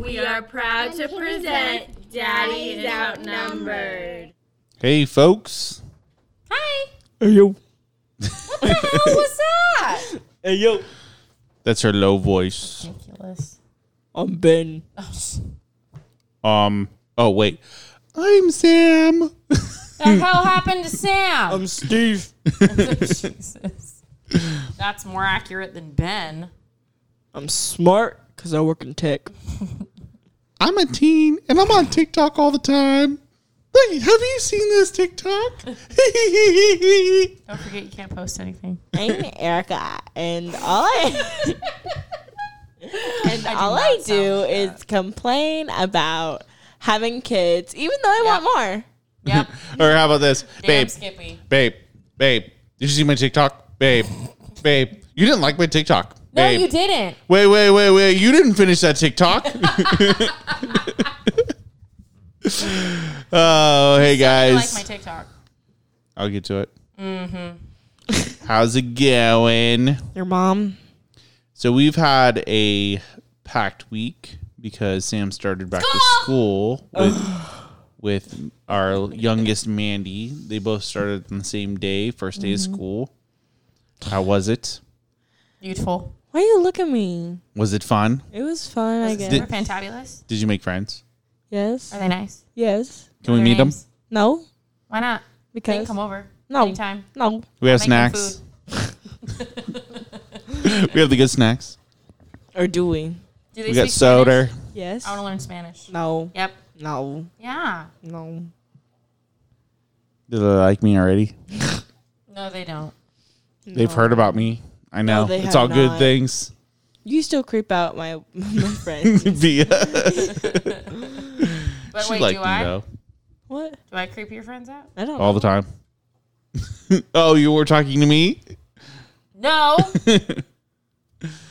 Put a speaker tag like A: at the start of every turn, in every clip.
A: We are proud to present Daddy's Outnumbered.
B: Hey, folks.
A: Hi.
B: Hey, yo.
A: What the hell was that?
C: Hey yo,
B: That's her low voice.
A: Ridiculous.
C: I'm Ben.
B: Um. Oh, wait. I'm Sam.
A: The hell happened to Sam?
C: I'm Steve.
A: Jesus.
B: Um,
A: That's more accurate than Ben.
C: I'm smart because I work in tech.
B: I'm a teen and I'm on TikTok all the time. Hey, have you seen this TikTok?
A: Don't forget you can't post anything.
D: I'm Erica, and all I and all I
A: not sound
D: do is complain about having kids, even though I want more.
A: Yep.
B: or how about this,
A: Damn
B: babe?
A: Skippy.
B: Babe, babe. Did you see my TikTok, babe? Babe, you didn't like my TikTok,
A: No,
B: babe.
A: Oh, you didn't.
B: Wait, wait, wait, wait. You didn't finish that TikTok. oh, hey
A: I
B: guys.
A: like my TikTok.
B: I'll get to it. Mm-hmm. How's it going?
D: Your mom,
B: So we've had a packed week because Sam started back
A: Ah!
B: to school with, with our youngest Mandy. They both started on the same day, first day of
A: Mm-hmm.
B: school. How was it?
A: Beautiful.
D: why you look at me?
B: Was it fun?
D: It was fun, I guess.
B: Did-
A: Super fantabulous.
B: Did you make friends?
D: yes,
A: Are they nice?
D: yes.
B: Can we
A: Their
B: meet them?
A: names?
D: No,
A: Why not? They can
D: because
A: come over.
D: No.
A: Anytime.
D: no.
B: We have
A: Make them
B: snacks.
A: food.
B: we have the good snacks.
D: Or do we?
A: Do they
B: We got
A: speak Spanish?
B: soda.
D: Yes.
A: I want to learn Spanish.
D: No,
A: Yep.
D: no,
A: Yeah.
D: no.
B: Do they like me already?
A: No, they don't.
B: They've heard about me. I know.
D: they
B: it's
D: have
B: all good
D: not.
B: things.
D: You still creep out my my friends.
B: Via.
A: But
B: she
A: wait,
B: liked
A: do
B: me
A: I?
B: though.
D: what?
A: Do I creep your friends out?
D: I don't.
B: All the time. oh, you were talking to me?
A: No.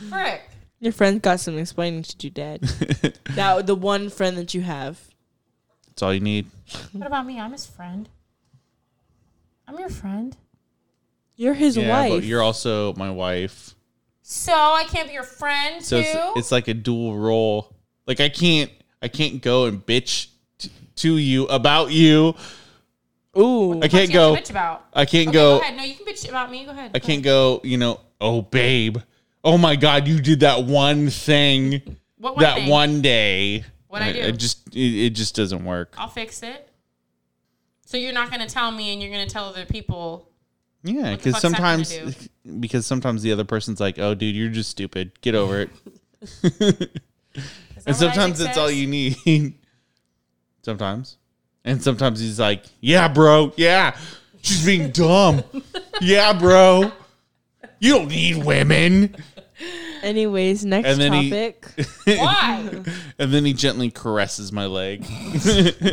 A: Frick.
D: Your friend got some explaining to do, Dad. that the one friend that you have.
B: That's all you need.
A: What about me? I'm his friend. I'm your friend.
D: You're his wife.
B: but you're also my wife.
A: So I can't be your friend
B: So
A: too.
B: it's, it's like a dual role. Like I can't I can't go and bitch t- to you about you.
D: Ooh.
B: I can't
A: you have
B: go.
A: to bitch about.
B: I can't
A: Okay, go.
B: go.
A: ahead. No, you can bitch about me. Go ahead.
B: I can't go, you know, oh babe. Oh my god, you did that one thing
A: What
B: that
A: thing?
B: one day.
A: What'd I do? Oh,
B: It just it, it just doesn't work.
A: I'll fix it. So you're not gonna tell me, and you're gonna tell other people.
B: Yeah,
A: the
B: because
A: fuck's that gonna
B: sometimes because sometimes the other person's like, "Oh, dude, you're just stupid. Get over it."
A: Is that
B: and
A: what Isaac
B: sometimes it's all
A: says?
B: you need. sometimes, and sometimes he's like, "Yeah, bro. Yeah, she's being dumb. yeah, bro. You don't need women."
D: Anyways, next
B: And then he-
D: topic.
A: Why?
B: And then he gently caresses my leg. all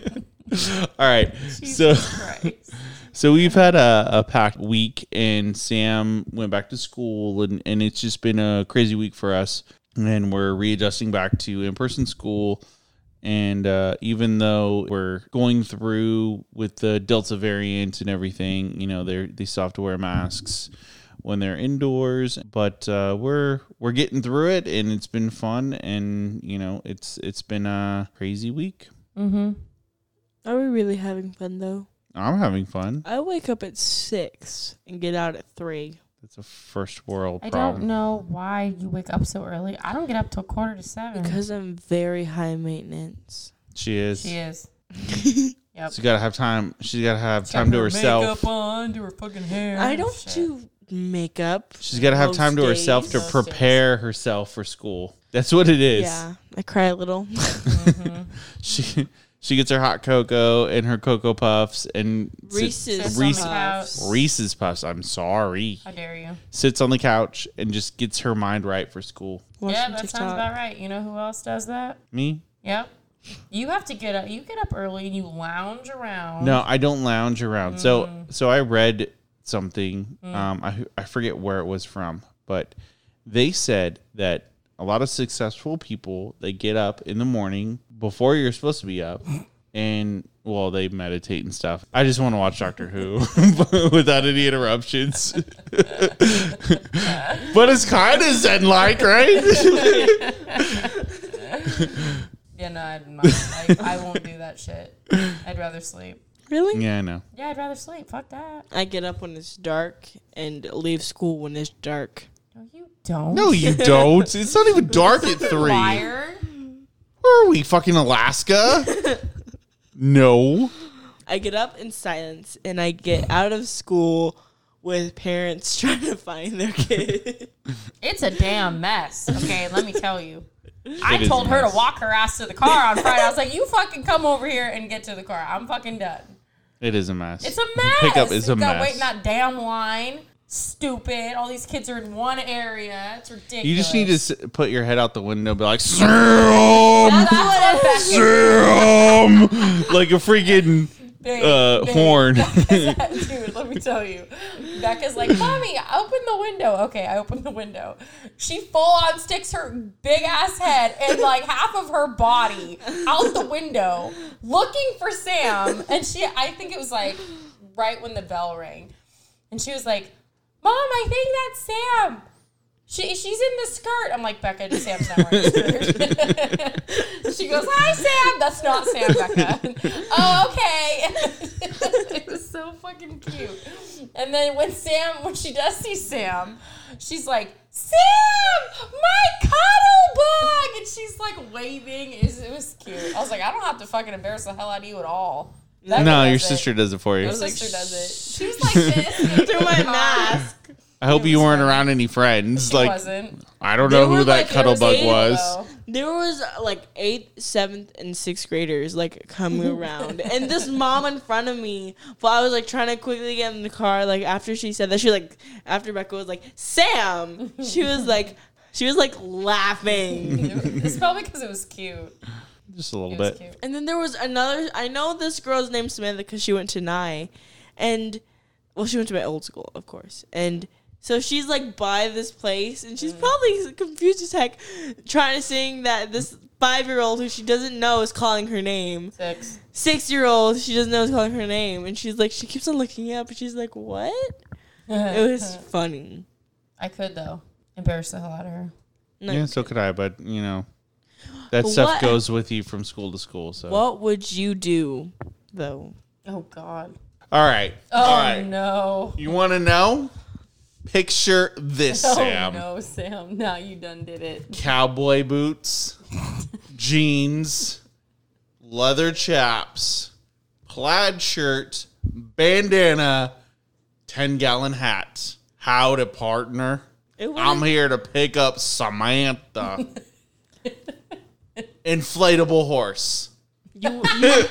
B: right, so.
A: Christ.
B: So we've had a, a packed week, and Sam went back to school, and, and it's just been a crazy week for us. And we're readjusting back to in person school. And uh, even though we're going through with the Delta variant and everything, you know, they they still have to wear masks when they're indoors. But uh, we're we're getting through it, and it's been fun. And you know, it's it's been a crazy week.
A: Mm-hmm.
D: Are we really having fun though?
B: I'm having fun.
D: I wake up at six and get out at three.
B: It's a first world
A: I
B: problem.
A: don't know why you wake up so early. I don't get up till quarter to seven.
D: Because I'm very high maintenance.
B: She is.
A: she is. yep.
B: She's gotta have time. She's gotta have time to herself.
A: Makeup on, do her fucking hair.
D: I don't
A: Shit.
D: do makeup.
B: She's gotta have
D: most
B: time to herself to
D: days.
B: prepare herself for school. That's what it is.
D: Yeah, I cry a little.
B: She she gets her hot cocoa and her cocoa puffs and sit-
D: Reese's.
B: Reese-
D: Puffs.
B: Reese's puffs. I'm sorry.
A: How dare you?
B: Sits on the couch and just gets her mind right for school.
D: Watch
A: yeah,
D: some
A: that sounds about right. You know who else does that?
B: Me?
A: Yep. You have to get up. You get up early and you lounge around.
B: No, I don't lounge around. So so I read something. Um, I I forget where it was from, but they said that a lot of successful people they get up in the morning before you're supposed to be up, and well they meditate and stuff. I just want to watch Doctor Who without any interruptions. but it's kind of zen like, right?
A: Yeah, no, I'm not. Like, I won't do that shit. I'd rather sleep.
E: Really?
B: Yeah, I know.
A: Yeah, I'd rather sleep. Fuck that.
E: I get up when it's dark and leave school when it's dark.
A: No, you don't.
B: No, you don't. It's not even dark at three. Where
A: Liar.
B: are we? Fucking Alaska? no.
E: I get up in silence and I get out of school with parents trying to find their kid.
A: It's a damn mess. Okay, let me tell you.
B: It
A: I
B: is
A: told her to
B: nice.
A: walk her ass to the car on Friday. I was like, you fucking come over here and get to the car. I'm fucking done.
B: It is a mess.
A: It's a mess.
B: Pickup is a
A: You gotta
B: mess.
A: Wait, in that damn line. Stupid. All these kids are in one area. It's ridiculous.
B: you just need to s- put your head out the window and be like, Sam!
A: That's what a
B: Sam! like a freaking
A: big,
B: uh,
A: big-
B: horn.
A: Dude, let me tell you. Becca's like, Mommy, open the window. Okay, I open the window. She full on sticks her big ass head and like half of her body out the window looking for Sam. And she, I think it was like right when the bell rang. And she was like, Mom, I think that's Sam. She, she's in the skirt. I'm like, Becca, Sam's not wearing a skirt. she goes, Hi, Sam. That's not Sam, Becca. oh, okay. it was so fucking cute. And then when Sam, when she does see Sam, she's like, Sam, my cuddle bug. And she's like waving. It was, it was cute. I was like, I don't have to fucking embarrass the hell out of you at all. Becca
B: No, your
A: does it.
B: sister does it for you.
A: Your sister does it. She was like this through my mask.
B: I hope you weren't around any friends.
A: She
B: like,
A: wasn't.
B: I don't know
E: They
B: who
E: were
B: that
E: like
B: cuddle bug
E: irritating,
B: was.
A: Though.
E: There was uh, like eighth, seventh, and sixth graders like coming around, and this mom in front of me. But I was like trying to quickly get in the car. Like after she said that, she like after Becca was like Sam. She was like she was like laughing,
A: it's probably because it was cute.
B: Just a little
A: It was
B: bit.
A: cute.
E: and then there was another. I know this girl's named Samantha because she went to Nye, and well, she went to my old school, of course, and. So she's like by this place, and she's probably confused as heck, trying to sing that this five year old who she doesn't know is calling her name.
A: Six.
E: six year old. She doesn't know what's calling her name, and she's like, she keeps on looking up, and she's like, what? It was funny.
A: I could though embarrass the hell out of her.
E: No.
B: yeah, so could I, but you know, that
E: But
B: stuff
E: what-
B: goes with you from school to school. So,
E: What would you do, though?
A: Oh God.
B: all right,
A: Oh
B: all right.
A: no.
B: You want to know? Picture this, Sam:
A: Oh no, Sam. Now you done did it.
B: cowboy boots, jeans, leather chaps, plaid shirt, bandana, ten-gallon hat. Howdy, partner.
E: It was
B: I'm here to pick up Samantha. Inflatable horse.
E: you, you,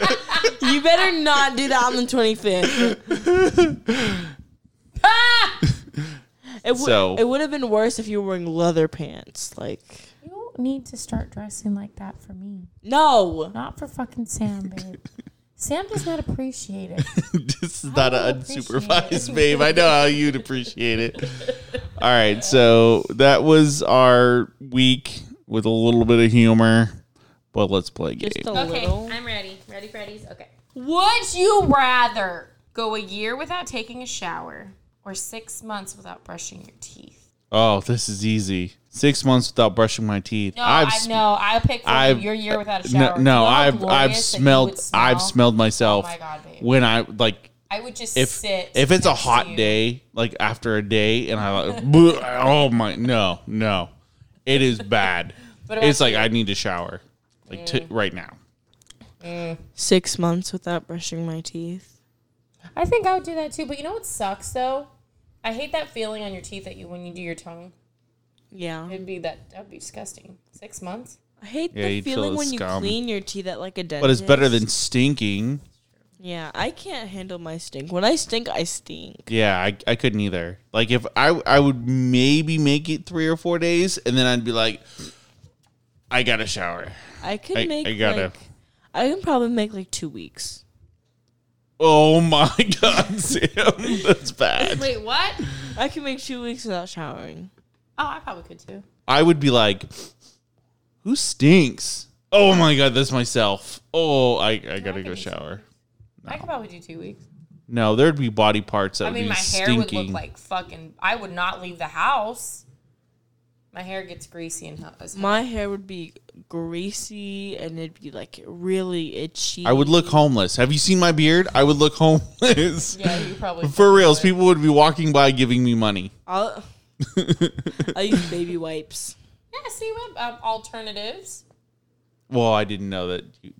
E: you better not do that on the twenty fifth. It would
B: So-
E: it would have been worse if you were wearing leather pants. Like
A: You need to start dressing like that for me,
E: no,
A: not for fucking Sam, babe. Sam does not appreciate it.
B: this is not an
A: would appreciate
B: unsupervised babe. I know how you'd appreciate it. All right, so that was our week with a little bit of humor, but let's play a game.
E: just a
F: Okay,
E: little.
F: I'm ready. Ready, Freddy's? Okay.
A: Would you rather go a year without taking a shower or six months without brushing your teeth?
B: oh, this is easy. Six months without brushing my teeth.
A: No, I've, I
B: sm-
A: know. I pick for
B: I've-
A: your year without a
B: No,
A: shower. You know
B: no,
A: how
B: I've I've
A: glorious that you
B: smelled
A: would smell?
B: I've smelled myself
A: Oh my God, babe.
B: when I like
A: I would just
B: if
A: sit.
B: if it's a
A: next to
B: hot
A: you.
B: day like after a day and I like "Bleh," oh my no no it is bad.
A: What about
B: it's like I need to shower like t- right now.
E: Six months without brushing my teeth.
A: I think I would do that too. But you know what sucks though? I hate that feeling on your teeth that you when you do your tongue.
E: Yeah.
A: It'd be that that'd be disgusting. Six months.
E: I hate
B: Yeah,
E: the
B: you'd feel
E: feeling
B: the
E: when
B: scum.
E: you clean your teeth at like a dentist.
B: But it's better than stinking.
E: Yeah, I can't handle my stink. When I stink, I stink.
B: Yeah, I, I couldn't either. Like if I I would maybe make it three or four days, and then I'd be like, I got to shower.
E: I could
B: I-
E: make
B: I gotta-
E: like I can probably make like two weeks.
B: Oh my god, Sam, that's bad.
A: Wait, what? Oh,
E: I can make two weeks without showering.
A: I probably could too.
B: I would be like, who stinks? Oh my god, that's myself. Oh, I I gotta go shower.
A: I could probably do two weeks.
B: No, there'd be body parts that
A: I
B: would
A: mean,
B: be
A: my hair
B: stinking.
A: would look like fucking. I would not leave the house. My hair gets greasy and hot. as hell.
E: My hair would be greasy and it'd be like really itchy.
B: I would look homeless. Have you seen my beard? I would look homeless.
A: Yeah, you probably
B: For reals, people would be walking by giving me money.
E: I'll, I use baby wipes.
A: Yeah, see what um, alternatives.
B: well, I didn't know that you,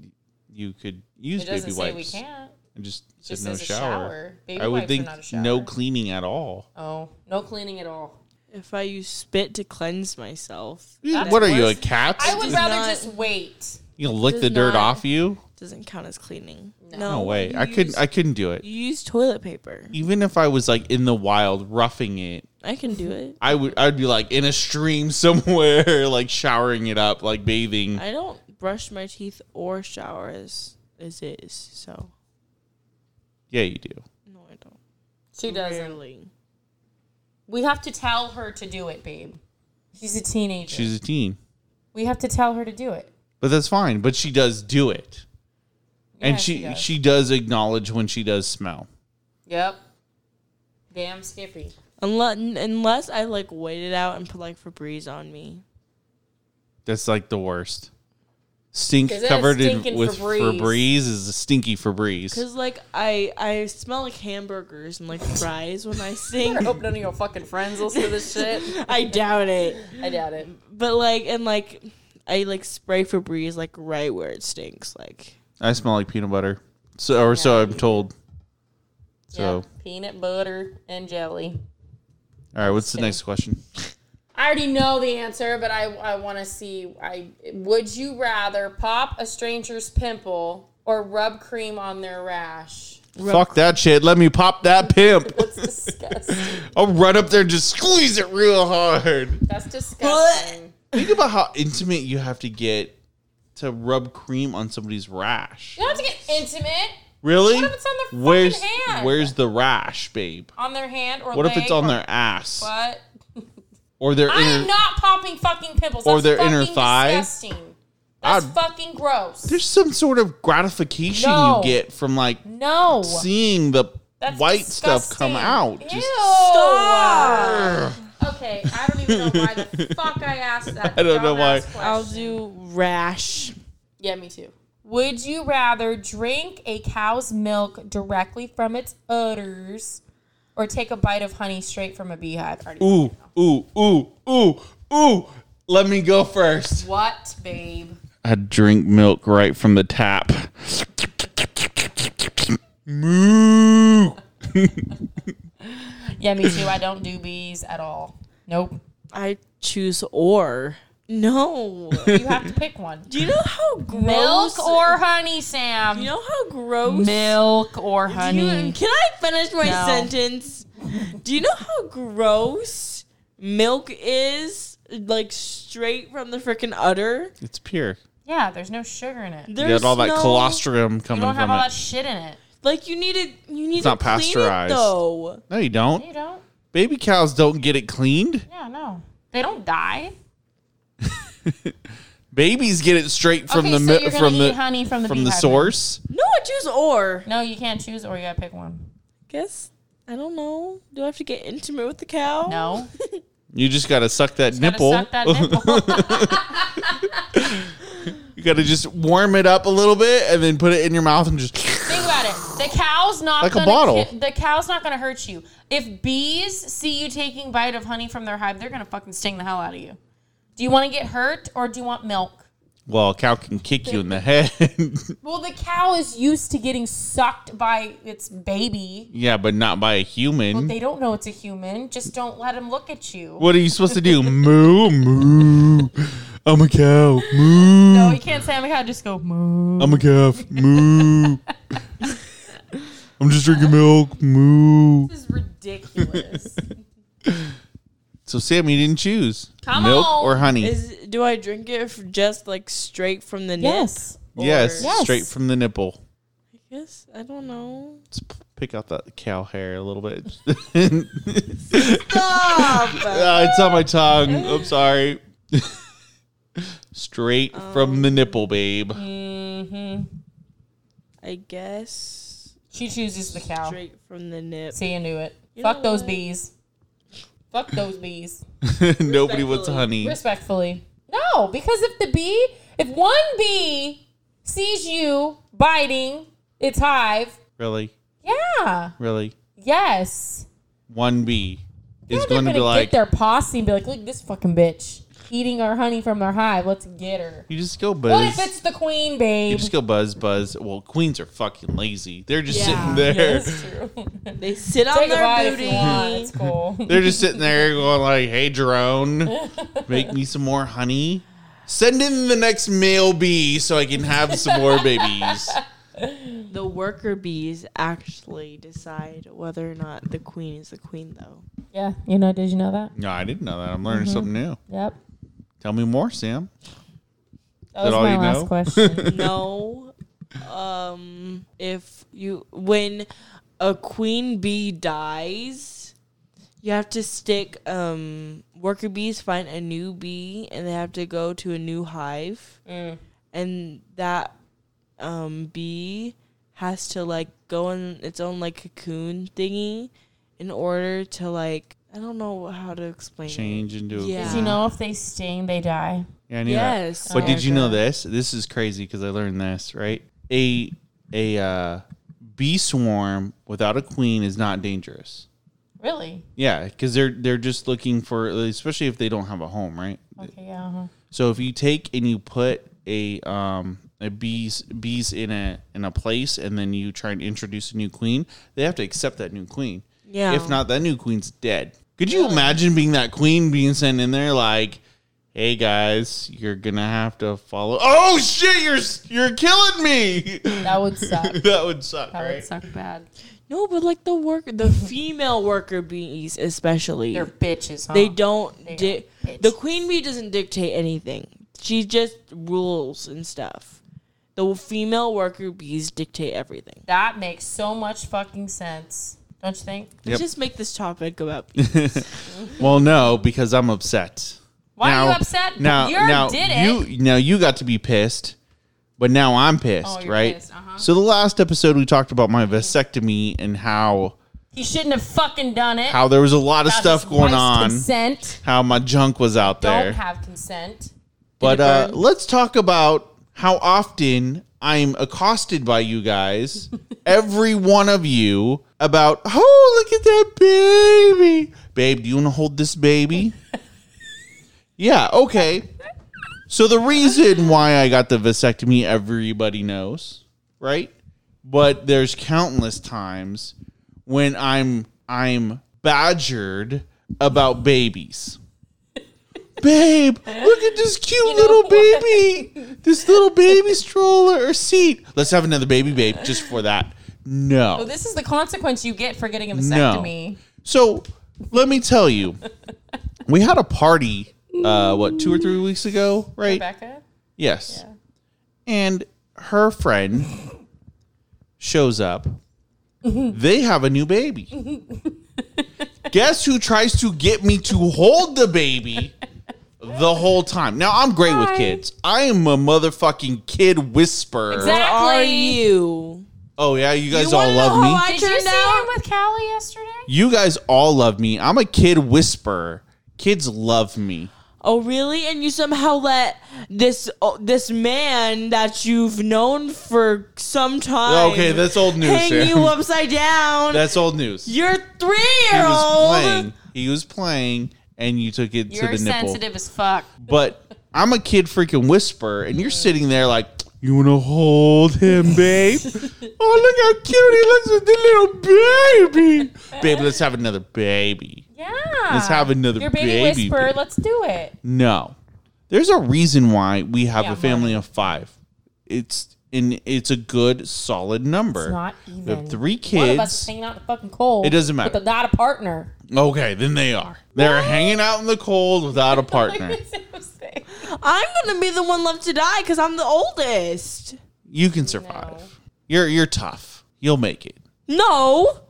B: you could use
A: It doesn't
B: baby
A: say
B: wipes.
A: we can't.
B: I just said
A: just
B: no
A: says a
B: shower.
A: shower. Baby
B: I would
A: wipes are
B: think
A: not a shower.
B: no cleaning at all.
A: Oh, no cleaning at all.
E: If I use spit to cleanse myself,
A: That's
B: what are you, a
A: worse.
B: cat?
A: I would
E: does
A: rather
E: not-
A: just wait.
B: you gonna lick
E: does
B: the dirt
E: not-
B: off you?
E: doesn't count as cleaning. No,
B: No way.
E: you
B: I couldn't.
E: use-
B: I couldn't do it.
E: you use toilet paper.
B: Even if I was like in the wild roughing it,
E: I can do it.
B: I would. I'd be like in a stream somewhere, like showering it up, like bathing.
E: I don't brush my teeth or shower as as is. So
B: yeah, you do.
E: no, I don't.
A: She doesn't.
E: Rarely.
A: We have to tell her to do it, babe. She's a teenager.
B: She's a teen,
A: we have to tell her to do it.
B: but that's fine. But she does do it,
A: Yeah,
B: and she
A: does.
B: she does acknowledge when she does smell.
A: Yep. Damn Skippy.
E: Unless unless I like wait it out and put like Febreze on me.
B: That's like the worst. Stink
A: 'Cause that
B: covered in,
A: stinking
B: with
A: Febreze.
B: Febreze. is a stinky Febreze.
E: Cause like I I smell like hamburgers and like fries when I sing.
A: I hope none of your fucking friends listen to this shit.
E: I doubt it.
A: I doubt it.
E: But like and like I like spray Febreze like right where it stinks. Like
B: I smell like peanut butter, so or so I'm told. So,
A: Yep. Peanut butter and jelly.
B: all right, what's the next question?
A: I already know the answer, but I, I want to see. I would you rather pop a stranger's pimple or rub cream on their rash?
B: Fuck that shit. Let me pop that pimp.
A: That's disgusting.
B: I'll run up there and just squeeze it real hard.
A: That's disgusting.
B: Think about how intimate you have to get to rub cream on somebody's rash.
A: You don't have to get intimate
B: Really?
A: What if it's on their fucking
B: where's
A: hand?
B: where's the rash, babe?
A: on their hand or
B: What if
A: leg
B: it's on
A: or
B: their ass
A: butt.
B: or their
A: I am
B: inner?
A: not popping fucking pimples.
B: Or
A: That's
B: their inner
A: fucking
B: thigh?
A: Disgusting. That's
B: I'd-
A: fucking gross.
B: There's some sort of gratification
A: No.
B: you get from like
A: No.
B: seeing the
A: That's
B: white stuff
A: disgusting.
B: come out.
A: Ew.
B: Just
A: Okay, I don't even know why the fuck I asked that.
B: I don't know why.
A: dumbass
E: I'll
A: question.
E: do rash.
A: Yeah, me too. Would you rather drink a cow's milk directly from its udders or take a bite of honey straight from a beehive? Already-
B: ooh, ooh, ooh, ooh, ooh. Let me go first.
A: What, babe?
B: I drink milk right from the tap. Moo.
A: Yeah, me too. I don't do bees at all. Nope.
E: I choose or no.
A: You have to pick one.
E: Do you know how gross
A: Milk or honey, Sam?
E: you know how gross
A: Milk or
E: Do you-
A: honey.
E: can I finish my
A: No.
E: sentence? Do you know how gross milk is? Like straight from the freaking udder.
B: It's pure.
A: Yeah, there's no sugar in it. You
B: You got all that
E: no-
B: colostrum coming
A: don't have
B: from
A: all that
B: it.
A: shit in it.
E: Like you need to, you need to
B: not
E: clean
B: pasteurized.
E: it though.
B: No, you don't.
A: You don't?
B: Baby cows don't get it cleaned.
A: Yeah, no. They don't die.
B: Babies get it straight from the mi-
A: you're gonna
B: from
A: eat
B: the
A: honey from the
B: from the
A: beehive.
B: source.
E: No, I choose or.
A: No, you can't choose, or you gotta pick one.
E: Guess I don't know. Do I have to get intimate with the cow?
A: No,
B: You just gotta suck that
A: gotta
B: nipple.
A: suck that nipple.
B: You gotta just warm it up a little bit and then put it in your mouth and just.
A: Think about it. The cow's not
B: Like a
A: gonna
B: bottle.
A: ki- the cow's not gonna hurt you. If bees see you taking bite of honey from their hive, they're gonna fucking sting the hell out of you. Do you want to get hurt, or do you want milk?
B: Well, a cow can kick you in the head.
A: Well, the cow is used to getting sucked by its baby.
B: yeah, but not by a human.
A: They don't know it's a human. Just don't let them look at you.
B: what are you supposed to do? moo, moo. I'm a cow. Moo.
A: No, you can't say I'm a cow. Just go moo.
B: I'm a calf. Moo. I'm just drinking milk. Moo.
A: This is ridiculous.
B: So, Sam, you didn't choose
A: Come
B: milk
A: on.
B: or honey.
E: Is do I drink it f- just like straight from the nip?
A: yes.
B: yes,
A: Yes.
B: straight from the nipple.
E: Yes. I don't know.
B: Let's p- pick out that cow hair a little bit. Ah, it's on my tongue. I'm sorry. Straight
A: Oh.
B: from the nipple, babe.
A: Mm-hmm.
E: I guess
A: She chooses the cow.
E: straight from the nip.
A: See, you knew it.
E: You
A: Fuck
E: know
A: those
E: what?
A: bees. Fuck those bees.
B: Nobody wants honey.
A: Respectfully. No, because if the bee, if one bee sees you biting its hive,
B: Really,
A: yeah,
B: really.
A: yes,
B: One bee is
A: they're
B: going to be
A: get
B: like,
A: their posse and be like, look at this fucking bitch eating our honey from our hive. Let's get her.
B: you just go
A: What
B: buzz.
A: if it's the queen,
B: You
A: babe?
B: just go buzz, buzz. Well, queens are fucking lazy. They're just
E: Yeah.
B: sitting there.
A: That's true.
E: They sit on
A: Take a bite
E: their
A: if you want. It's
E: booty.
A: cool.
B: They're just sitting there going like, "Hey, Jerome, make me some more honey. Send in the next male bee so I can have some more babies."
E: The worker bees actually decide whether or not the queen is the queen, though.
A: Yeah, you know, did you know that?
B: No, I didn't know that. I'm learning
A: Mm-hmm.
B: something new.
A: Yep.
B: Tell me more, Sam.
A: That was
B: Is that all
A: my
B: you
A: last
B: know?
A: question.
E: No, um, if you when a queen bee dies, you have to stick. Um, worker bees find a new bee, and they have to go to a new hive, and that um bee has to like go in its own like cocoon thingy in order to like I don't know how to explain. it.
B: Change into a
E: Yeah.
A: Did you know if they sting, they die?
B: Yeah, I knew
E: Yes.
B: that. But did you know
E: Okay.
B: this? This is crazy because I learned this, right? A a uh, bee swarm without a queen is not dangerous.
A: Really?
B: Yeah, because they're they're just looking for, especially if they don't have a home, right?
A: Okay, yeah. uh-huh.
B: So if you take and you put a um a bees bees in a in a place and then you try and introduce a new queen, they have to accept that new queen.
E: Yeah.
B: If not, that new queen's dead. Could you imagine being that queen being sent in there like, "Hey guys, you're gonna have to follow." Oh shit, you're s- you're killing me.
A: That would suck.
B: that would suck,
A: That
B: right?
A: would suck bad.
E: No, but like the worker, the female worker bees especially,
A: They're bitches, huh?
E: Oh, they don't.
A: are
E: Di- the queen bee doesn't dictate anything. She just rules and stuff. The female worker bees dictate everything.
A: That makes so much fucking sense. Don't you think?
B: Yep.
E: Let's just make this topic about bees.
B: Well, no, because I'm upset.
A: Why are you upset?
B: Now,
A: You already
B: now
A: did it.
B: you now you got to be pissed, but now I'm pissed,
A: Oh, you're
B: right?
A: pissed, uh-huh.
B: So the last episode we talked about my vasectomy and how
A: He shouldn't have fucking done it.
B: how there was a lot of
A: Without
B: stuff
A: his
B: going
A: wife's
B: on,
A: Consent.
B: how my junk was out there.
A: Don't have consent.
B: but
E: it
B: uh,
E: burn?
B: let's talk about how often I'm accosted by you guys, every one of you, about oh look at that baby, babe. Do you want to hold this baby? yeah. Okay. So the reason why I got the vasectomy, everybody knows, right? But there's countless times when I'm I'm badgered about babies. Babe, look at this cute little baby. This little baby stroller or seat. Let's have another baby babe just for that. No.
A: Well, this is the consequence you get for getting a
B: No.
A: vasectomy.
B: So let me tell you, we had a party, uh, what, two or three weeks ago, right?
A: Becca?
B: Yes. And her friend shows up. they have a new baby. Guess who tries to get me to hold the baby the whole time? Now, I'm great with kids. I am a motherfucking kid whisperer.
A: Exactly.
E: Where are you?
B: Oh, yeah, you guys
E: You
B: all
E: wanna know
B: love me.
E: how I
A: Did you
E: turned
A: see
E: out?
A: him with Callie yesterday?
B: you guys all love me. I'm a kid whisperer. Kids love me.
E: Oh really? And you somehow let this oh, this man that you've known for some time
B: Okay, that's old news,
E: hang
B: Sam.
E: you upside down.
B: That's old news.
E: You're three
B: he
E: year
B: was
E: old.
B: playing. He was playing, and you took it
A: You're
B: to the nipple.
A: sensitive as fuck.
B: But I'm a kid freaking whisper, and you're sitting there like, you want to hold him, babe? oh, look how cute he looks with the little baby. Babe, let's have another baby.
A: Yeah.
B: Let's have another
A: Uh, Your baby,
B: baby.
A: whisperer. Let's do it.
B: No. There's a reason why we have
A: Yeah,
B: a family of five. It's and it's a good solid number.
A: It's not
B: we
A: even.
B: have three
A: One of us
B: kids.
A: is hanging out in the fucking cold.
B: It doesn't matter.
A: With not a partner.
B: Okay, then they are. They're hanging out in the cold without a partner.
E: I'm gonna be the one left to die because I'm the oldest.
B: you can survive. You're you're tough. You'll make it.
E: No,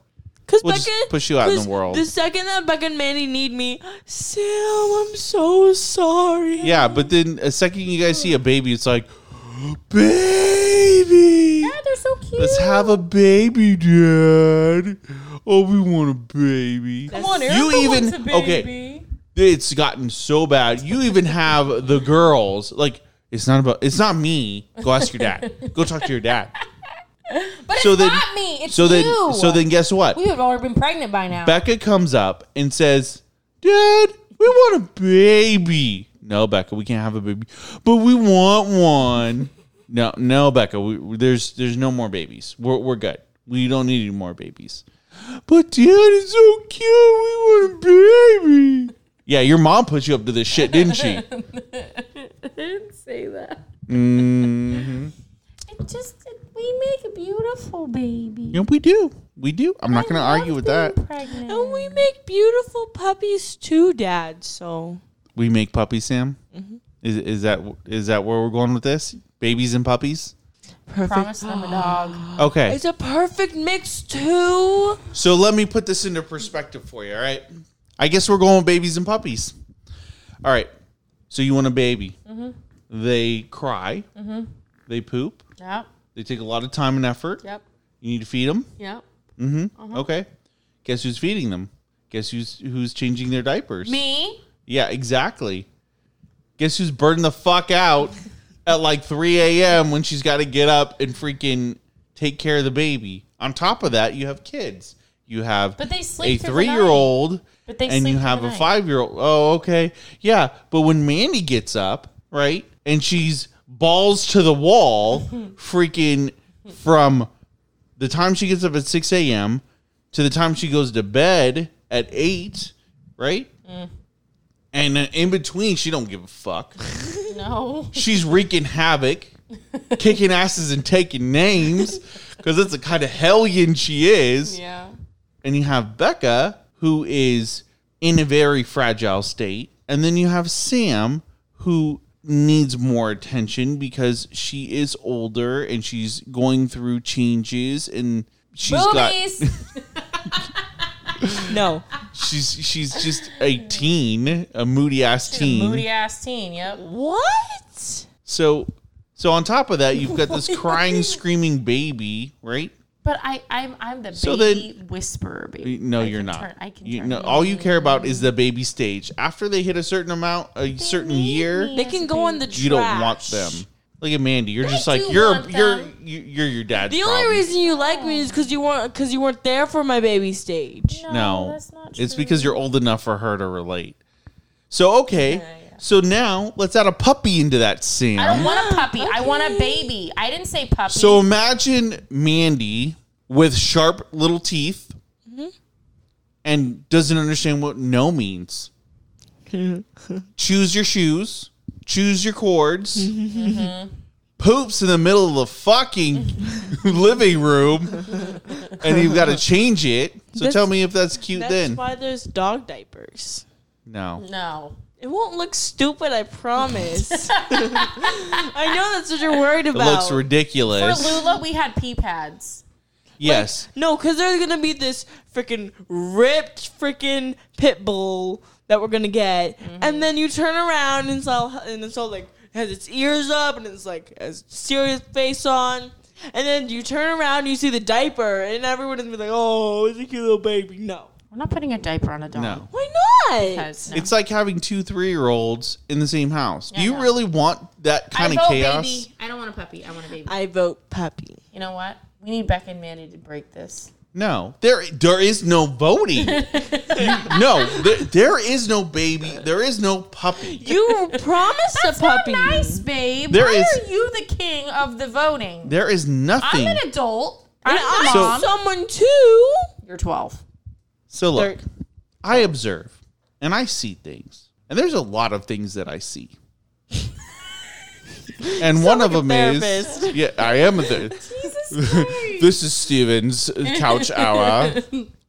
E: because
B: We'll just
E: Becca
B: push you out in the
E: 'cause
B: world.
E: The second that Becca and Mandy need me, Sam, I'm so sorry.
B: Yeah, but then a second you guys see a baby, it's like, baby,
A: Yeah, they're so cute.
B: let's have a baby, dad. oh, we want a baby.
A: Come on, Erica
B: You even-
A: wants a baby.
B: okay. It's gotten so bad. You even have the girls like it's not about it's not me. Go ask your dad. Go talk to your dad.
A: But
B: So
A: it's
B: then-
A: not me. It's
B: So
A: you.
B: then so then guess what?
A: we would have already been pregnant by now.
B: Becca comes up and says, Dad, we want a baby. No, Becca, we can't have a baby, but we want one. No, no, Becca, we, we- there's there's no more babies. We're, we're good. We don't need any more babies. But Dad is so cute. We want a baby. Yeah, your mom put you up to this shit, didn't she?
F: Say that.
B: hmm
A: It just we make a beautiful baby.
B: Yeah, we do. We do. I'm not going to argue with that.
A: Pregnant.
E: And we make beautiful puppies too, Dad. So
B: We make puppies, Sam. Is is that is that where we're going with this? Babies and puppies.
A: Promise them a dog.
B: Okay.
E: it's a perfect mix too.
B: So let me put this into perspective for you, all right? I guess we're going with babies and puppies. All right. So you want a baby.
A: Mm-hmm.
B: They cry. They poop.
A: Yep.
B: They take a lot of time and effort.
A: Yep.
B: You need to feed them.
A: Yep.
B: Mm-hmm.
A: Uh-huh.
B: Okay. Guess who's feeding them? Guess who's who's changing their diapers?
A: Me.
B: Yeah, exactly. Guess who's burning the fuck out at like 3 a.m. when she's got to get up and freaking take care of the baby? On top of that, you have kids. You have
A: But they
B: a
A: sleep through the
B: three year old
A: But they
B: and
A: sleep
B: you
A: through
B: have
A: the
B: a
A: night.
B: five year old. Oh, okay. Yeah. But when Mandy gets up, right, and she's balls to the wall, freaking from the time she gets up at 6 a.m. to the time she goes to bed at 8, right?
A: Mm.
B: And uh, in between, she don't give a fuck.
A: No.
B: She's wreaking havoc, kicking asses and taking names because that's the kind of hellion she is.
A: Yeah.
B: And you have Becca, who is in a very fragile state. And then you have Sam, who needs more attention because she is older and she's going through changes and she's got
A: Boobies.
E: No,
B: she's she's just a teen, a moody ass teen.
A: Moody ass teen. Yep.
E: what?
B: So so on top of that, you've got this crying, screaming baby, right?
A: But I, I'm, I'm the
B: So
A: baby whisperer, baby.
B: No,
A: I
B: you're
A: can
B: not.
A: turn- I can
B: you,
A: turn
B: no,
A: you.
B: all you care about is the baby stage. After they hit a certain amount, a certain year,
E: They can go in the trash.
B: you don't want them. Look at Mandy. You're just like
A: do
B: you're
A: want
B: you're
A: them.
B: you- you're your dad's.
E: The only
B: problem.
E: reason you like me is because you weren't because you weren't there for my baby stage.
B: No,
A: that's not
B: it's
A: true.
B: because you're old enough for her to relate. So okay, so now let's add a puppy into that scene.
A: I don't want a puppy. I want a baby. I didn't say puppy.
B: So imagine Mandy with sharp little teeth and doesn't understand what no means. choose your shoes, choose your cords, poops in the middle of the fucking living room, and you've got to change it. So
E: That's-
B: tell me if that's cute
E: That's
B: then.
E: why there's dog diapers.
B: No.
A: no.
E: It won't look stupid, I promise. I know that's what you're worried
B: It
E: about.
B: looks
A: For
B: ridiculous.
A: Lula, we had pee pads.
B: yes.
E: No, because there's gonna be this freaking ripped freaking pit bull that we're gonna get, and then you turn around and it's all and it's all like has its ears up and it's like has serious face on, and then you turn around and you see the diaper, and everyone is gonna be like, "Oh, it's a cute little baby." No,
A: We're not putting a diaper on a dog.
B: no.
E: why not?
A: Because, no.
B: It's like having two three year olds in the same house. Do you
A: no.
B: really want that
A: I
B: kind of
A: vote
B: chaos?
A: baby. I don't want a puppy. I want a baby.
E: I vote puppy.
A: you know what? We need Beck and Mandy to break this.
B: No, there there is no voting. You- no, there, there is no baby. There is no puppy.
E: You promised a puppy.
A: Nice, babe.
B: There
A: Why
B: is-
A: are you the king of the voting?
B: There is nothing.
A: I'm an adult.
E: And
A: I'm the
E: I'm
A: mom.
E: someone too.
A: You're 12.
B: so look,
E: There-
B: I observe and I see things, and there's a lot of things that I see. And one of
E: like a
B: them is
E: therapist.
B: yeah, I am a therapist. this is Steven's couch hour,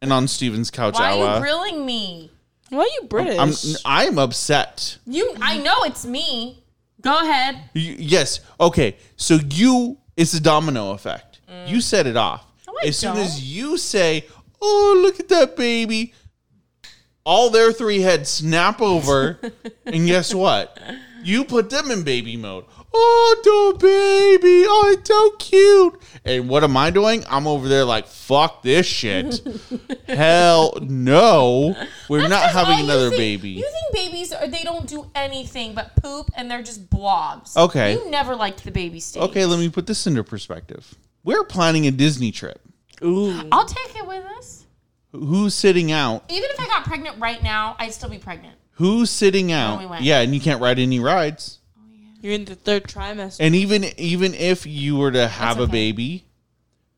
B: and on Steven's couch
A: Why are you
B: hour,
A: grilling me?
E: Why are you British?
B: I'm I'm upset.
A: You, I know it's me. Go ahead.
B: Y- Yes. Okay. So you, it's a domino effect. You set it off.
A: Mm. I
B: as soon
A: don't.
B: as you say, "Oh, look at that baby," all their three heads snap over, and guess what? You put them in baby mode. Oh, the baby! Oh, it's so cute! And what am I doing? I'm over there like, fuck this shit. Hell no. We're not having another baby.
A: You think babies are, they don't do anything but poop and they're just blobs.
B: Okay.
A: You never liked the baby stage.
B: okay, let me put this into perspective. We're planning a Disney trip.
D: Ooh.
A: I'll take it with us.
B: Who's sitting out?
A: Even if I got pregnant right now, I'd still be pregnant.
B: Who's sitting out?
A: we went.
B: yeah, and you can't ride any rides.
E: You're in the third trimester.
B: And even even if you were to have a
A: okay.
B: baby,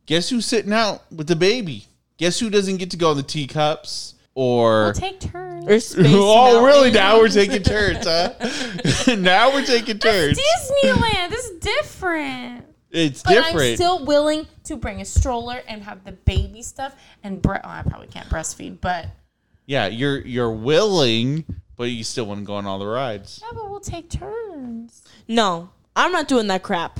B: guess who's sitting out with the baby? Guess who doesn't get to go on the teacups or
A: We'll take turns.
E: Or space
B: oh, really?
E: Mountain.
B: Now we're taking turns, huh? now we're taking turns.
A: Disneyland. this is different.
B: It's
A: But I'm
B: different.
A: still willing to bring a stroller and have the baby stuff and bre- oh, I probably can't breastfeed, but
B: yeah, you're you're willing, but you still want to go on all the rides.
A: yeah, but we'll take turns.
E: No, I'm not doing that crap.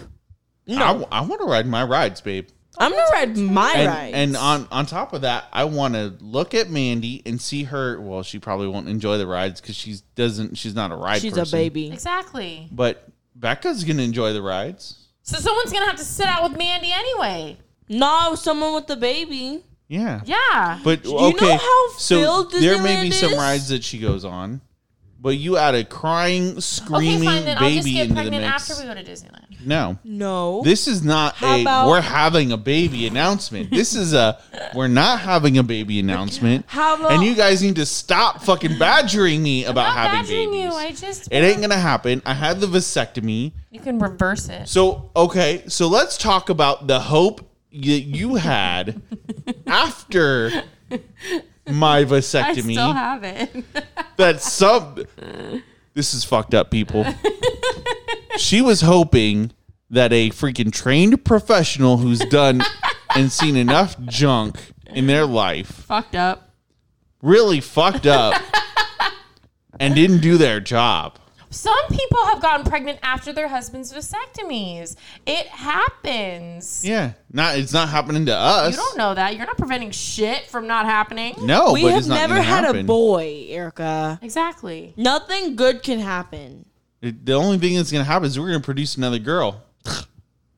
B: No, I, want to ride my rides, babe.
E: I'm gonna ride my
B: And,
E: ride.
B: and on on top of that, I want to look at Mandy and see her. Well, she probably won't enjoy the rides because she's doesn't. She's not a ride.
E: she's a
B: person.
E: baby.
A: Exactly.
B: But Becca's gonna enjoy the rides.
A: So someone's gonna have to sit out with Mandy anyway.
E: No, someone with a baby.
B: Yeah.
A: Yeah.
B: But
E: know
B: okay,
E: how
B: so
E: filled
B: there may be
E: Disneyland
B: some
E: is?
B: rides that she goes on, but you add a crying,
A: okay,
B: screaming
A: fine. Then I'll just
B: baby
A: get
B: into the
A: pregnant
B: mix.
A: after we go to Disneyland.
B: no,
E: No.
B: this is not
E: How
B: a
E: about-
B: we're having a baby announcement. This is a we're not having a baby announcement.
E: How about-
B: and you guys need to stop fucking badgering me about
A: Not
B: having
A: badgering
B: babies.
A: you. I just
B: it ain't gonna happen. I had the vasectomy.
A: You can reverse it.
B: So okay, so let's talk about the hope that you had after my
A: I
B: vasectomy.
A: still have it.
B: that some this is fucked up, people. she was hoping that a freaking trained professional who's done and seen enough junk in their life
A: Fucked up.
B: really fucked up and didn't do their job.
A: Some people have gotten pregnant after their husband's vasectomies. It happens.
B: Yeah, not it's not happening to us.
A: You don't know that. You're not preventing shit from not happening.
B: No,
E: we
B: but
E: have
B: it's not
E: never
B: gonna
E: had
B: happen.
E: a boy, Erica.
A: Exactly.
E: Nothing good can happen.
B: It- The only thing that's gonna happen is we're gonna produce another girl.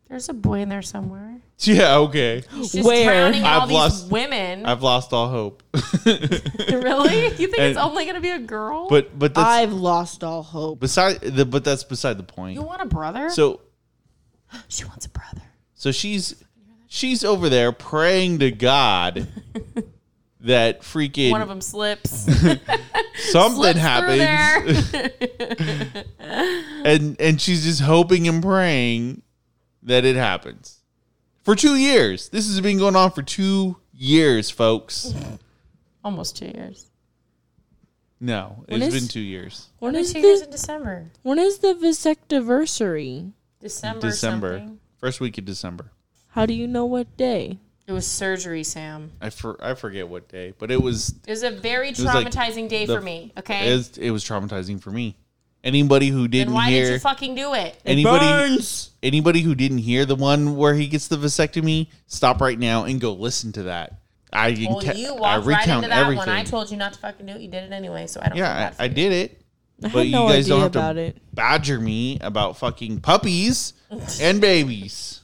A: There's a boy in there somewhere.
B: Yeah, okay.
A: He's just
E: Where?
A: drowning in all
B: I've
A: these
B: lost-
A: women.
B: I've lost all hope.
A: really? You think
B: And-
A: it's only gonna be a girl?
B: But but that's
E: I've lost all hope.
B: beside the but that's beside the point.
A: you want a brother?
B: So
A: she wants a brother.
B: so she's she's over there praying to God that freaking
A: One of them slips.
B: something
A: slips through
B: happens. and and she's just hoping and praying that it happens. For 2 years. This has been going on for 2 years, folks.
A: Almost two years.
B: No,
E: When
B: it's
E: is-
B: been 2 years.
E: When
A: Only
E: is
A: two years
E: the
A: in December.
E: when is the vasectiversary?
A: December.
B: December.
A: something.
B: First week of December.
E: How do you know what day?
A: It was surgery, Sam.
B: I for, I forget what day, but it was
A: It was a very
B: was like
A: traumatizing day
B: the-
A: for me. Okay.
B: it was, it was traumatizing for me. Anybody who
A: and
B: didn't
A: why
B: hear
A: did you fucking do it?
B: anybody
E: burns.
B: anybody who didn't hear the one where he gets the vasectomy, stop right now and go listen to that. I
A: Well,
B: inca-
A: you
B: I
A: walked right
B: recount
A: into that
B: everything.
A: one. I told you not to fucking do it. You did it anyway, so I don't. feel
B: yeah,
A: bad for
B: I, I
A: you.
B: did it.
E: I
B: But
E: had
B: you
E: no
B: guys
E: idea
B: don't have
E: about
B: to
E: it.
B: badger me about fucking puppies and babies.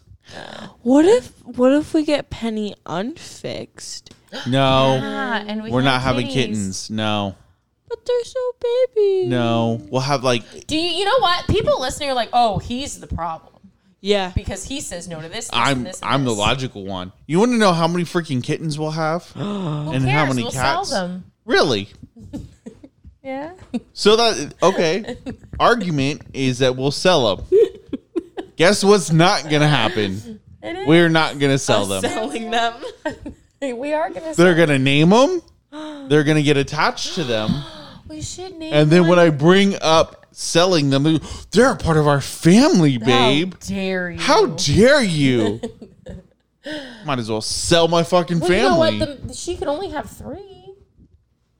E: What if what if we get Penny unfixed?
B: No,
A: Ah, and we
B: we're
A: had
B: not having
A: kitties.
B: kittens. No,
E: But they're so baby.
B: no, we'll have like
A: Do you? You know what? People listening are like, "Oh, he's the problem
E: Yeah.
A: because he says no to this." this
B: I'm
A: and this and
B: I'm the
A: this."
B: logical one. You want to know how many freaking kittens we'll have
A: Who
B: and how
A: cares?
B: many
A: We'll
B: cats?
A: Sell them.
B: Really?
A: Yeah.
B: So that okay, argument is that we'll sell them. Guess what's not gonna happen?
A: It is.
B: We're not gonna sell them.
E: Selling them.
A: we are gonna. Sell.
B: They're gonna name them. They're gonna get attached to them,
A: We should name.
B: and then
A: one.
B: when I bring up selling them, they- they're a part of our family, babe.
A: How dare you?
B: How dare you? Might as well sell my fucking
A: Well, you know
B: family.
A: what? The, she could only have three.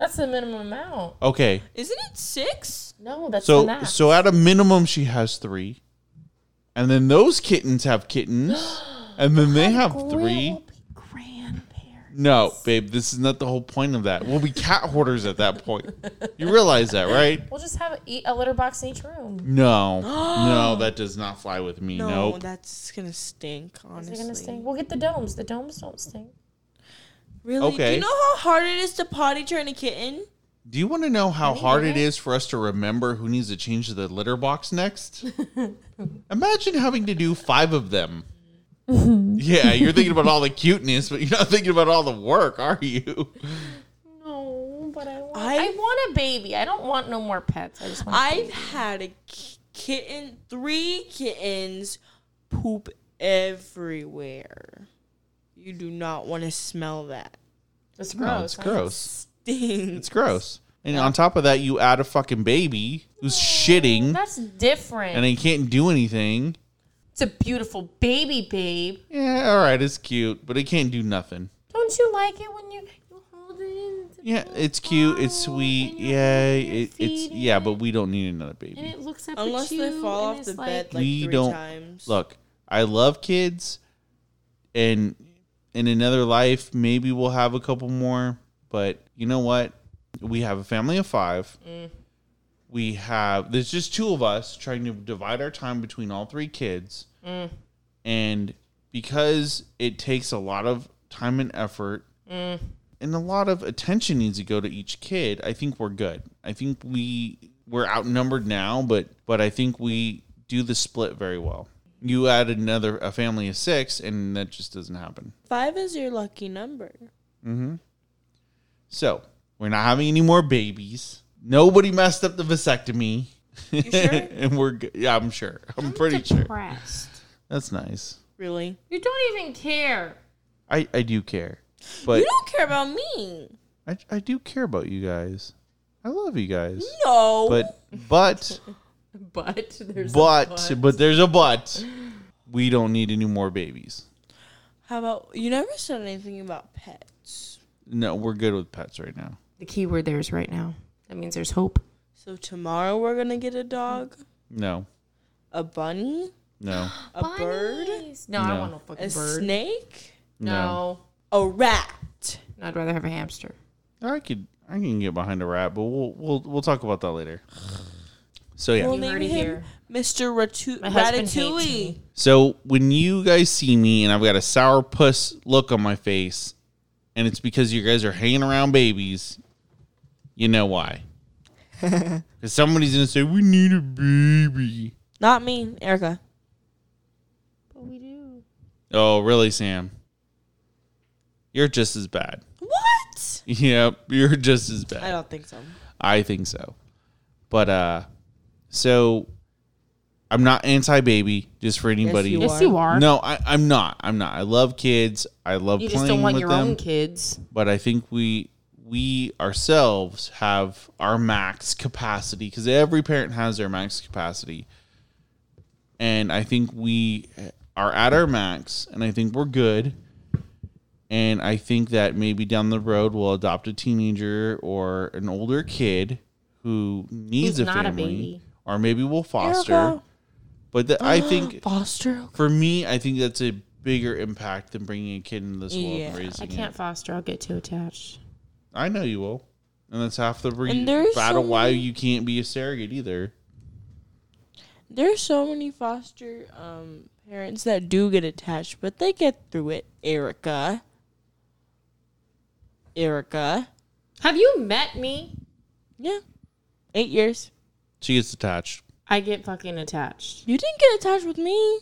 A: That's the minimum amount.
B: okay,
E: Isn't it six?
A: No, that's the
B: so
A: max.
B: so at a minimum, she has three, and then those kittens have kittens, and then they have
A: Grill
B: three.
A: be grandparents.
B: No, babe, this is not the whole point of that. We'll be cat hoarders at that point. You realize that, right?
A: We'll just have eat a litter box in each room.
B: No, no, that does not fly with me.
E: No,
B: Nope.
E: Oh, that's gonna stink.
A: Is
E: Honestly,
A: it gonna stink? We'll get the domes. The domes don't stink.
E: really? Do
B: Okay.
E: you know how hard it is to potty train a kitten?
B: Do you want to know how hard it is for us to remember who needs to change the litter box next? Imagine having to do five of them. yeah, you're thinking about all the cuteness, but you're not thinking about all the work, are you?
A: No, but I want. I,
E: I-
A: want a baby. I don't want no more pets. I just want.
E: I've had a k- kitten, three kittens, poop everywhere. You do not want to smell that.
A: it's gross.
B: No, it's
A: huh?
B: gross.
E: Stinks.
B: It's gross. And on top of that, you add a fucking baby who's shitting
A: That's different.
B: and he can't do anything.
A: it's a beautiful baby, babe.
B: Yeah, all right, it's cute, but it can't do nothing.
A: Don't you like it when you you hold it? In the-
B: Yeah, it's cute, it's sweet, yeah, it, it's yeah, but we don't need another baby.
A: and it looks up
E: Unless
A: at you
E: they fall
A: and
E: off
A: it's
E: the
A: like,
E: bed like
B: We
E: 3
B: don't-
E: times.
B: Look, I love kids, and in another life, maybe we'll have a couple more. But you know what? We have a family of five. We have there's just two of us trying to divide our time between all three kids, and because it takes a lot of time and effort. And a lot of attention needs to go to each kid. I think we're good. I think we we're outnumbered now, but but I think we do the split very well. You add another a family of six, and that just doesn't happen.
E: Five is your lucky number.
B: So we're not having any more babies. Nobody messed up the vasectomy, and we're good. Yeah, I'm sure. I'm pretty sure.
A: depressed.
B: That's nice.
E: Really?
A: You don't even care.
B: I I do care, but
E: You don't care about me.
B: I I do care about you guys. I love you guys,
E: No.
B: but but.
A: But there's
B: but, but there's a but. We don't need any more babies.
E: how about you never said anything about pets?
B: No, we're good with pets right now.
A: the key word there is right now. That means there's hope.
E: So tomorrow we're gonna get a dog,
B: No,
E: a bunny,
B: no,
E: a bird,
A: No, I
B: No.
A: want no fucking
E: a
A: bird.
E: snake,
A: no.
E: a rat.
A: I'd rather have a hamster.
B: no. I could I can get behind a rat, but we'll we'll we'll talk about that later. So yeah.
E: We'll
A: You heard
E: name
A: it
E: him
A: here.
E: Mr. Ratu-
A: My husband hates
E: Ratatouille.
A: me.
B: So when you guys see me and I've got a sour puss look on my face, and it's because you guys are hanging around babies, you know why? Because somebody's gonna say we need a baby.
E: Not me, Erica.
A: But we do.
B: Oh, really, Sam? You're just as bad.
E: What?
B: Yep, you're just as
E: I
B: bad.
E: don't think so.
B: I, think so. But uh so I'm not anti baby, just for anybody.
E: you
A: Yes,
E: Yes,
A: you
E: you
A: are.
B: No, I, I'm not. I'm not. I love kids. I love
A: you
B: playing
A: just don't want
B: with
A: your
B: them.
A: own kids.
B: But I think we we ourselves have our max capacity because every parent has their max capacity, and I think we are at our max, and I think we're good. And I think that maybe down the road we'll adopt a teenager or an older kid who needs
A: Who's
B: a
A: not a
B: family,
A: baby.
B: or maybe we'll foster.
E: Erica.
B: But that I think
E: Foster.
B: for me, I think that's a bigger impact than bringing a kid into this world
E: Yeah.
B: and raising
A: I can't foster. I'll get too attached.
B: it. I know you will, and that's half the re-
E: And there's
B: battle
E: so
B: why
E: many-
B: you can't be a surrogate either.
E: There's so many foster um, parents that do get attached, but they get through it. Erica. Erica.
A: Have you met me?
E: Yeah. Eight years.
B: She gets attached.
A: I get fucking attached.
E: You didn't get attached with me.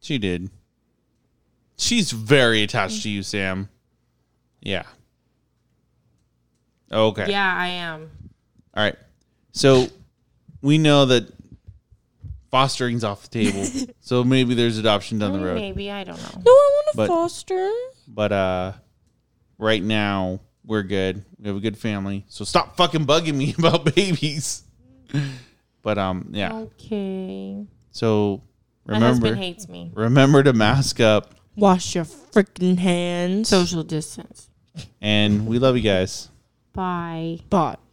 B: She did. She's very attached to you, Sam. Yeah. Okay.
A: Yeah, I am.
B: All right. So we know that fostering's off the table. so maybe there's adoption down the road.
A: Maybe I don't know.
E: No, I want to
B: But-
E: foster.
B: But uh right now we're good. We have a good family. So stop fucking bugging me about babies. But um yeah.
A: Okay.
B: So
A: My husband
B: remember
A: hates me.
B: remember to mask up
E: Wash your freaking hands.
A: Social distance.
B: and we love you guys.
A: Bye.
E: Bye.